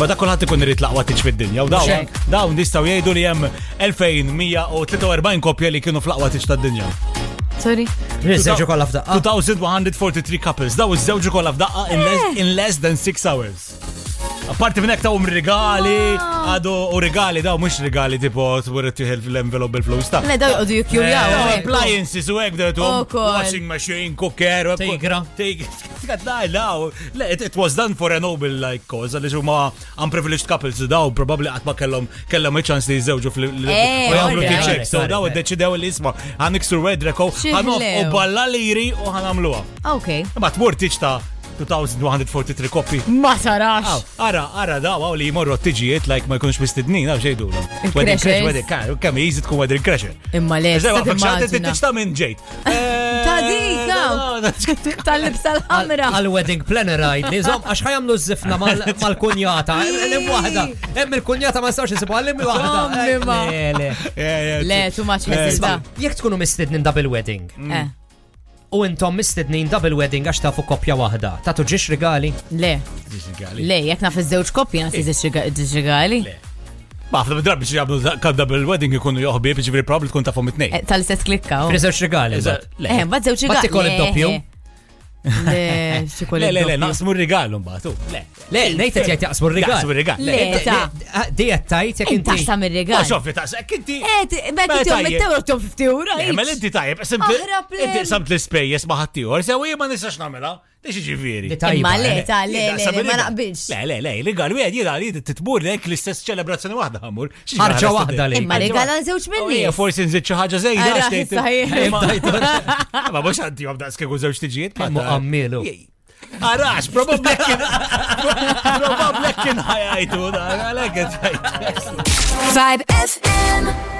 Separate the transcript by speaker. Speaker 1: Ma da kullħat ikun irid laqwa tiġ fid-dinja u dawn
Speaker 2: Xejn.
Speaker 1: dawn nistgħu jgħidu li hemm 2143 kopja li kienu fl-aqwa tiġ tad-dinja.
Speaker 3: Sorry.
Speaker 2: Rizzeġu kolla f'daqqa.
Speaker 1: 2143 couples, daw iż-żewġu kollha f'daqqa in less- in less than 6 hours. Apparti minn hekk tawhom regali, għadu u regali daw mhux regali tipo tmur tieħel fil-envelop bil-flus ta'.
Speaker 3: Le, daw jgħodu jikjurjaw.
Speaker 1: Eh,
Speaker 3: għalek.
Speaker 1: Appliances u għek datum.
Speaker 3: Wkoll.
Speaker 1: Washing machine, cooker. u hekk-
Speaker 2: Tigra.
Speaker 1: Tigra. Daj, daw. oh, Le, it, it was done for a noble like cause. Għalli huma unprivileged couples ah, daw, probably għatma kellhom kellhom il-ċans li jizzewġu fil-
Speaker 3: Eh,
Speaker 1: u jagħmlu
Speaker 3: alright.
Speaker 1: kitchen. So
Speaker 2: Alright,
Speaker 1: daw
Speaker 2: alright.
Speaker 1: id-deċidew li jisma' ħaniksur wedreko, ħanof u
Speaker 3: Xiħlew.
Speaker 1: balla liri u ħanamluha.
Speaker 3: Ok.
Speaker 1: oh, Ma tmur tiġ ta' 2143 koppi.
Speaker 3: Ma sarax.
Speaker 1: Ara, ara, daw, għaw li jmorru t-tiġijiet, like ma jkunx mistednin, għaw xejdu. Wedding crash,
Speaker 3: crashers.
Speaker 1: wedding car, kemm jizit tkun wedding crasher.
Speaker 3: Imma le,
Speaker 1: Eżawa, faċċat
Speaker 3: Eh, immaġina.
Speaker 1: t-tiġta minn ġejt. Eh,
Speaker 3: Ta' dik, Tal-libsa l-ħamra.
Speaker 2: Għal-wedding planner għaj, nizom, għax ħajamlu z-zifna mal-kunjata. Elim wahda. Emm il-kunjata ma stawx nisibu għallim wahda.
Speaker 3: Ommi ma.
Speaker 2: Le, le.
Speaker 1: Eh,
Speaker 3: Le, tu maċ ħessilba.
Speaker 2: Isma', Jek tkunu mistednin double wedding
Speaker 3: Eh,
Speaker 2: u intom mistednin double wedding għax tafu kopja wahda. Tatu ġiex regali.
Speaker 3: le, le, jek naf iż-żewġ koppi
Speaker 1: Eh.
Speaker 3: nasi iż-żigali.
Speaker 1: Ma fl drabi biex jgħablu kadda bil-wedding ikunu joħbi, biex veri probabli tkun ta' fom it-nej.
Speaker 3: Eh, Tal-istess klikkaw.
Speaker 2: Rizzeġ regali. eżatt.
Speaker 3: Eh,
Speaker 1: Le,
Speaker 3: bad żewġ
Speaker 2: Ma
Speaker 3: ġigali.
Speaker 2: tikol id-doppju?
Speaker 3: Le, xikol
Speaker 1: le, le,
Speaker 3: id-doppju.
Speaker 1: naqsmu regal mbagħad. Le,
Speaker 2: Le, nejtet jgħat jaqsmu
Speaker 1: naqsmu
Speaker 2: regali.
Speaker 1: regal.
Speaker 3: Le, ta'
Speaker 2: Dijet Ah, tajt
Speaker 3: Eh,
Speaker 2: jek inti.
Speaker 3: intaxta
Speaker 1: Ma
Speaker 3: mir-regal.
Speaker 1: xofi ta' sekk inti.
Speaker 3: Eh, ti- bekk
Speaker 1: Ma
Speaker 3: inti għom
Speaker 1: tajjeb.
Speaker 3: 100 euro, tom 50 euro.
Speaker 1: Le, Ma
Speaker 3: each.
Speaker 1: l-inti tajjeb,
Speaker 3: Aħrab le.
Speaker 1: inti samt l-spejjes ma ħaddieħor, sew hija ma nistax nagħmilha. Dix ġifieri.
Speaker 2: Li tajba,
Speaker 3: Imma le,
Speaker 2: eh.
Speaker 3: ta' le,
Speaker 1: Jina,
Speaker 3: le,
Speaker 1: sabi
Speaker 3: le, ma
Speaker 1: legal.
Speaker 3: naqbilx.
Speaker 1: Le, le, le, legal, u għed jina li titmur lek l-istess ċelebrazzjoni wahda għamur.
Speaker 2: Ħarġa wahda li.
Speaker 3: Imma regal għal
Speaker 1: Oh,
Speaker 3: żewġ minni.
Speaker 1: Ija, forsi nżid xi ħaġa zejda.
Speaker 3: Ara,
Speaker 1: għax tgħid-
Speaker 3: saħi.
Speaker 1: Ma- Ma mhux għandi għabda skegu żewġ tiġijiet. ma-
Speaker 2: Mu għammilu.
Speaker 1: Arax, probabli kien. Probabli kien ħajajtu. Għalek, għalek.
Speaker 4: 5 FM.